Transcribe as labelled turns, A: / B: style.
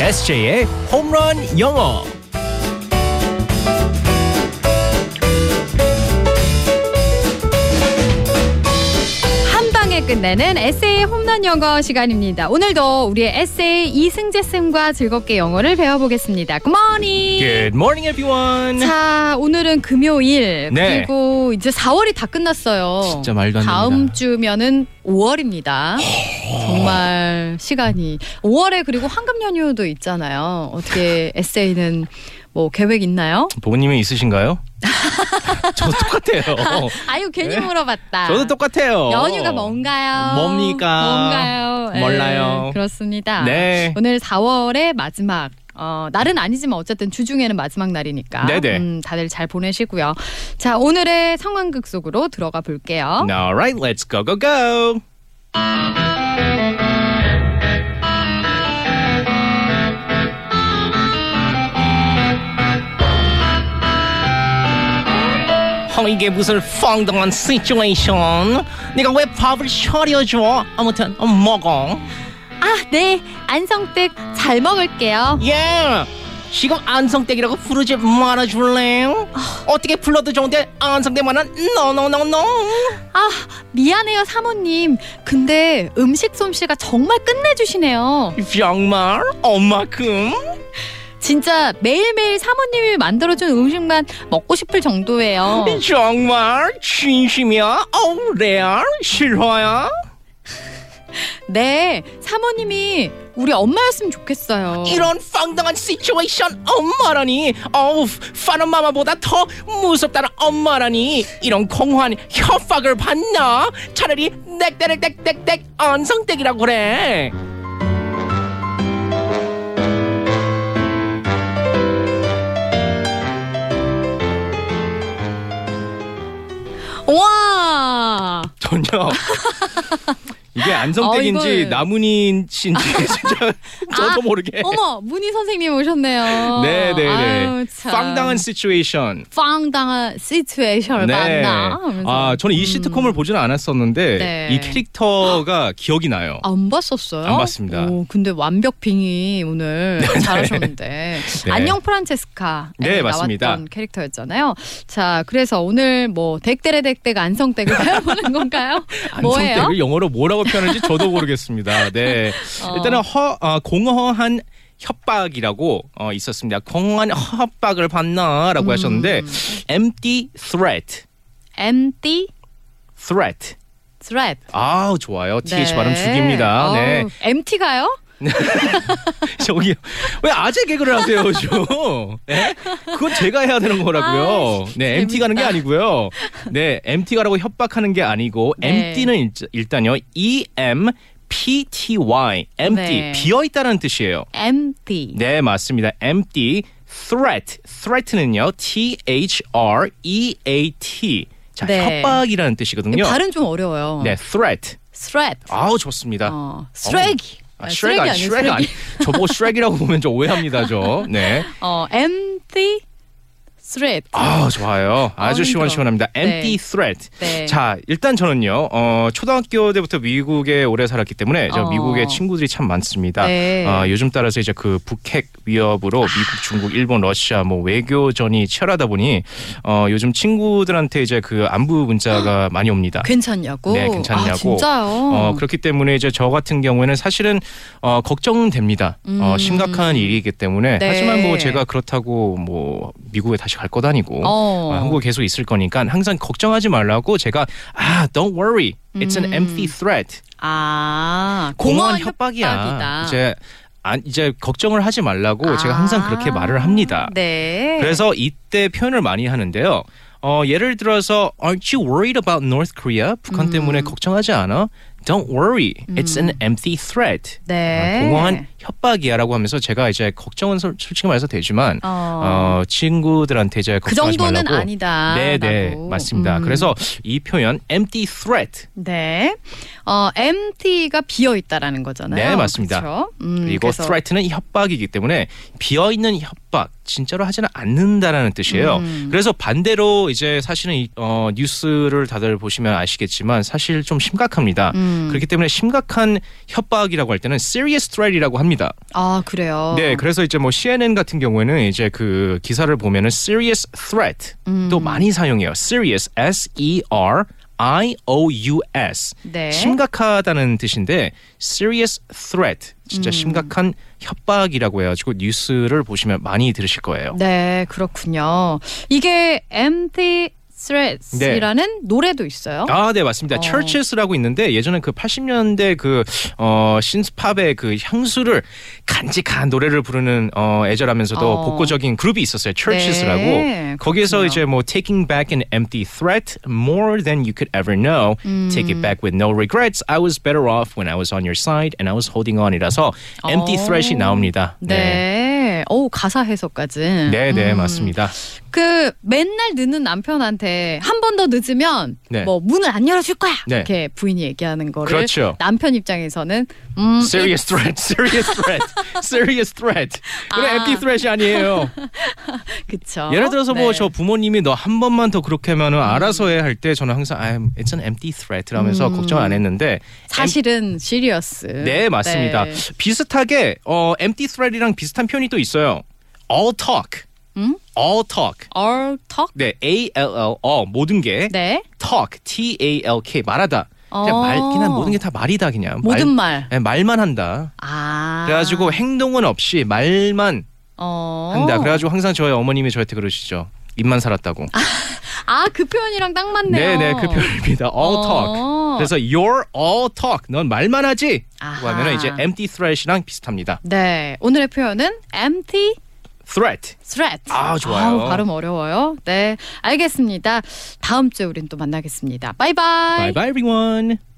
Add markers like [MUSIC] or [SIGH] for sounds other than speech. A: SJ의 홈런 영어.
B: 한 방에 끝내는 에세이 홈런 영어 시간입니다. 오늘도 우리의 에세이 이승재 쌤과 즐겁게 영어를 배워보겠습니다. Good morning.
A: Good morning, everyone.
B: 자, 오늘은 금요일
A: 네.
B: 그리고 이제 4월이 다 끝났어요.
A: 진짜 말도 안
B: 다음
A: 됩니다.
B: 주면은 5월입니다. 정말 시간이 5월에 그리고 황금 연휴도 있잖아요. 어떻게 에세이는 뭐 계획 있나요?
A: 부모님이 있으신가요? [LAUGHS] 저 똑같아요.
B: [LAUGHS] 아유 괜히
A: 네.
B: 물어봤다.
A: 저도 똑같아요.
B: 연휴가 뭔가요?
A: 뭡니까?
B: 뭔가요? 예,
A: 몰라요.
B: 그렇습니다.
A: 네.
B: 오늘 4월의 마지막. 어, 날은 아니지만 어쨌든 주중에는 마지막 날이니까
A: 네네.
B: 음, 다들 잘 보내시고요. 자, 오늘의 상황극 속으로 들어가 볼게요.
A: All right, let's go go go. 어, 이게 무슨 펑덩한 시츄에이션? 네가 왜 밥을 차려줘? 아무튼 어, 먹어.
B: 아, 네. 안성댁 잘 먹을게요.
A: 예. 지금 안성댁이라고 부르지 말아줄래요? 어떻게 불러도 좋은데 안성댁만은 노노노노.
B: 아, 미안해요, 사모님. 근데 음식 솜씨가 정말 끝내주시네요.
A: 정말 엄마큼.
B: 진짜 매일매일 사모님이 만들어준 음식만 먹고 싶을 정도예요.
A: 정말 진심이야? Oh, 어우 레알 싫어야?
B: 네, 사모님이 우리 엄마였으면 좋겠어요.
A: 이런 황당한 시츄에이션 엄마라니 어우 파는 마마보다 더 무섭다는 엄마라니 이런 공허한 협박을 받나? 차라리 넥데렉덱덱덱 안성댁이라고 그래
B: 와!
C: [LAUGHS] 전혀 이게 안성댁인지
B: 어, 이걸-
C: 나문인인지
B: [LAUGHS]
C: 진짜 저도
B: 아,
C: 모르게
B: 어머, 문희 선생님 오셨네요. 아유,
C: 네네네
B: 참.
C: 빵당한 시츄에이션
B: 빵당한 시츄에이션을
C: 네.
B: 만나. 하면서. 음.
C: 아 저는 이 시트콤을 보지는 않았었는데
B: 네.
C: 이 캐릭터가 [GASPS] 기억이 나요
B: 안 봤었어요?
C: 안 봤습니다.
B: 오, 근데 완벽빙이
C: [LAUGHS]
B: 오늘 잘하셨는데
C: 네.
B: 안녕 프란체스카
C: 네, 맞습니다.
B: 나왔던 캐릭터였잖아요. 자, 그래서 오늘 뭐 덱데레덱덱 안성댁을 [LAUGHS] 배워보는 건가요? 아, 뭐예요?
C: 안성댁을 영어로 뭐라고 표현하는지 저도 모르겠습니다 네
B: [LAUGHS] 어.
C: 일단은 허, 어, 공허한 협박이라고 어, 있었습니다 공허한 협박을 받나라고
B: 음.
C: 하셨는데 empty threat
B: Empty
C: threat
B: threat.
C: 아 좋아요
B: 네.
C: th 발음 죽입니다 네 [LAUGHS]
B: 어우, MT가요?
C: 저기 왜 아재 개그를 하세요 요즘? 네? 그건 제가 해야 되는 거라고요. 네, MT 가는 게 아니고요. 네, MT 가라고 협박하는 게 아니고
B: 네.
C: MT는 일단요 E M P T Y empty
B: 네.
C: 비어 있다는 뜻이에요.
B: MT.
C: 네, 맞습니다. empty threat threat는요 T H R E A T 자
B: 네.
C: 협박이라는 뜻이거든요.
B: 발음 좀 어려워요.
C: 네, threat.
B: threat.
C: 아우 좋습니다.
B: 어, 쓰레기.
C: 아,
B: 아,
C: 슈렉 아니
B: 쓰레기
C: 슈렉
B: 아니에요,
C: 아니 저보고 슈렉이라고 보면 저 오해합니다 저. 네.
B: 어, empty threat.
C: 아 좋아요. 아주
B: 어, 힘들어.
C: 시원시원합니다. Empty
B: 네.
C: threat.
B: 네.
C: 자 일단 저는요 어, 초등학교 때부터 미국에 오래 살았기 때문에 저
B: 어.
C: 미국에 친구들이 참 많습니다.
B: 네. 아.
C: 어, 요즘 따라서 이제 그 북핵 위협으로 미국, 중국, 일본, 러시아 뭐 외교전이 치열하다 보니 어, 요즘 친구들한테 이제 그 안부 문자가
B: [GASPS]
C: 많이 옵니다.
B: 괜찮냐고?
C: 네, 괜찮냐고.
B: 아, 진짜요?
C: 어, 그렇기 때문에 이제 저 같은 경우에는 사실은 어, 걱정은 됩니다.
B: 음.
C: 어, 심각한 일이기 때문에
B: 네.
C: 하지만 뭐 제가 그렇다고 뭐 미국에 다시 갈 것도 아니고
B: 어.
C: 어, 한국에 계속 있을 거니까 항상 걱정하지 말라고 제가 아 don't worry it's an empty threat
B: 아,
C: 음. 공허한
B: 공허한
C: 협박이야
B: 협박이다.
C: 이제 안 이제 걱정을 하지 말라고 제가
B: 아.
C: 항상 그렇게 말을 합니다.
B: 네.
C: 그래서 이때 표현을 많이 하는데요. 어, 예를 들어서 aren't you worried about North Korea 북한
B: 음.
C: 때문에 걱정하지 않아? Don't worry, it's an empty threat.
B: 네.
C: 어, 공허한 협박이야라고 하면서 제가 이제 걱정은 솔- 솔직히 말해서 되지만
B: 어.
C: 어, 친구들한테 이제
B: 그
C: 걱정하지
B: 정도는
C: 말라고.
B: 아니다.
C: 네네
B: 라고.
C: 맞습니다.
B: 음.
C: 그래서 이 표현 empty threat
B: 네. 어, empty가 비어 있다라는 거잖아요.
C: 네, 맞습니다.
B: 그쵸? 음,
C: 그리고
B: 그래서
C: threat는 협박이기 때문에 비어 있는 협박 진짜로 하지는 않는다라는 뜻이에요.
B: 음.
C: 그래서 반대로 이제 사실은 이, 어, 뉴스를 다들 보시면 아시겠지만 사실 좀 심각합니다.
B: 음.
C: 그렇기 때문에 심각한 협박이라고 할 때는 serious threat이라고 합니다.
B: 아 그래요.
C: 네, 그래서 이제 뭐 CNN 같은 경우에는 이제 그 기사를 보면은 serious threat
B: 음.
C: 또 많이 사용해요. serious S E R I O U S
B: 네.
C: 심각하다는 뜻인데 serious threat
B: 음.
C: 진짜 심각한 협박이라고 해가지고 뉴스를 보시면 많이 들으실 거예요.
B: 네, 그렇군요. 이게 empty threats이라는 노래도 있어요.
C: 네. 아, 네, 맞습니다.
B: 어.
C: Churches라고 있는데 예전에 그 80년대 그 어, 신스팝의 그 향수를 간직한 노래를 부르는 어, 애절하면서도
B: 어.
C: 복고적인 그룹이 있었어요. Churches라고.
B: 네,
C: 거기에서
B: 그렇군요.
C: 이제 뭐 Taking Back an Empty Threat, More Than You Could Ever Know,
B: 음.
C: Take It Back with No Regrets, I Was Better Off When I Was on Your Side, and I Was Holding On이라서 Empty
B: 어.
C: Threat이 나옵니다.
B: 네. 오 가사 해석까지.
C: 네,
B: 음.
C: 네, 맞습니다.
B: 그 맨날 늦는 남편한테 한 번 더 늦으면
C: 네.
B: 뭐 문을 안 열어줄 거야
C: 네.
B: 이렇게 부인이 얘기하는 거를
C: 그렇죠.
B: 남편 입장에서는 음,
C: Serious threat, [LAUGHS] serious threat, serious threat. 그래,
B: 아.
C: empty threat이 아니에요.
B: 그쵸.
C: 예를 들어서
B: 네. 음.
C: 뭐 저 부모님이 너 한 번만 더 그렇게 하면은 알아서 해 할 때 저는 항상 I'm, it's an empty threat 라면서 걱정 안 했는데
B: 음. 사실은 시리어스.
C: 네 맞습니다 비슷하게 어, empty threat이랑 비슷한 표현이 또 있어요 all talk
B: 음?
C: all talk
B: All talk.
C: 네 A L L all 모든 게
B: 네.
C: talk T A L K 말하다 그냥
B: 어.
C: 말 그냥 모든 게 다 말이다 그냥
B: 모든
C: 말,
B: 말.
C: 네, 말만 한다
B: 아.
C: 그래가지고 행동은 없이 말만
B: 어.
C: 한다 그래가지고 항상 저희 어머님이 저한테 그러시죠 입만 살았다고
B: 아, 그 표현이랑 딱 맞네요.
C: 네네 그 표현입니다. All
B: 어.
C: talk. 그래서 you're all talk. 넌 말만 하지.
B: 아하.
C: 라고 하면은 이제 empty threat이랑 비슷합니다.
B: 네, 오늘의 표현은 empty
C: threat.
B: threat.
C: 아, 좋아요.
B: 아우, 발음 어려워요. 네, 알겠습니다. 다음 주에 우린 또 만나겠습니다. 바이바이.
C: Bye bye everyone.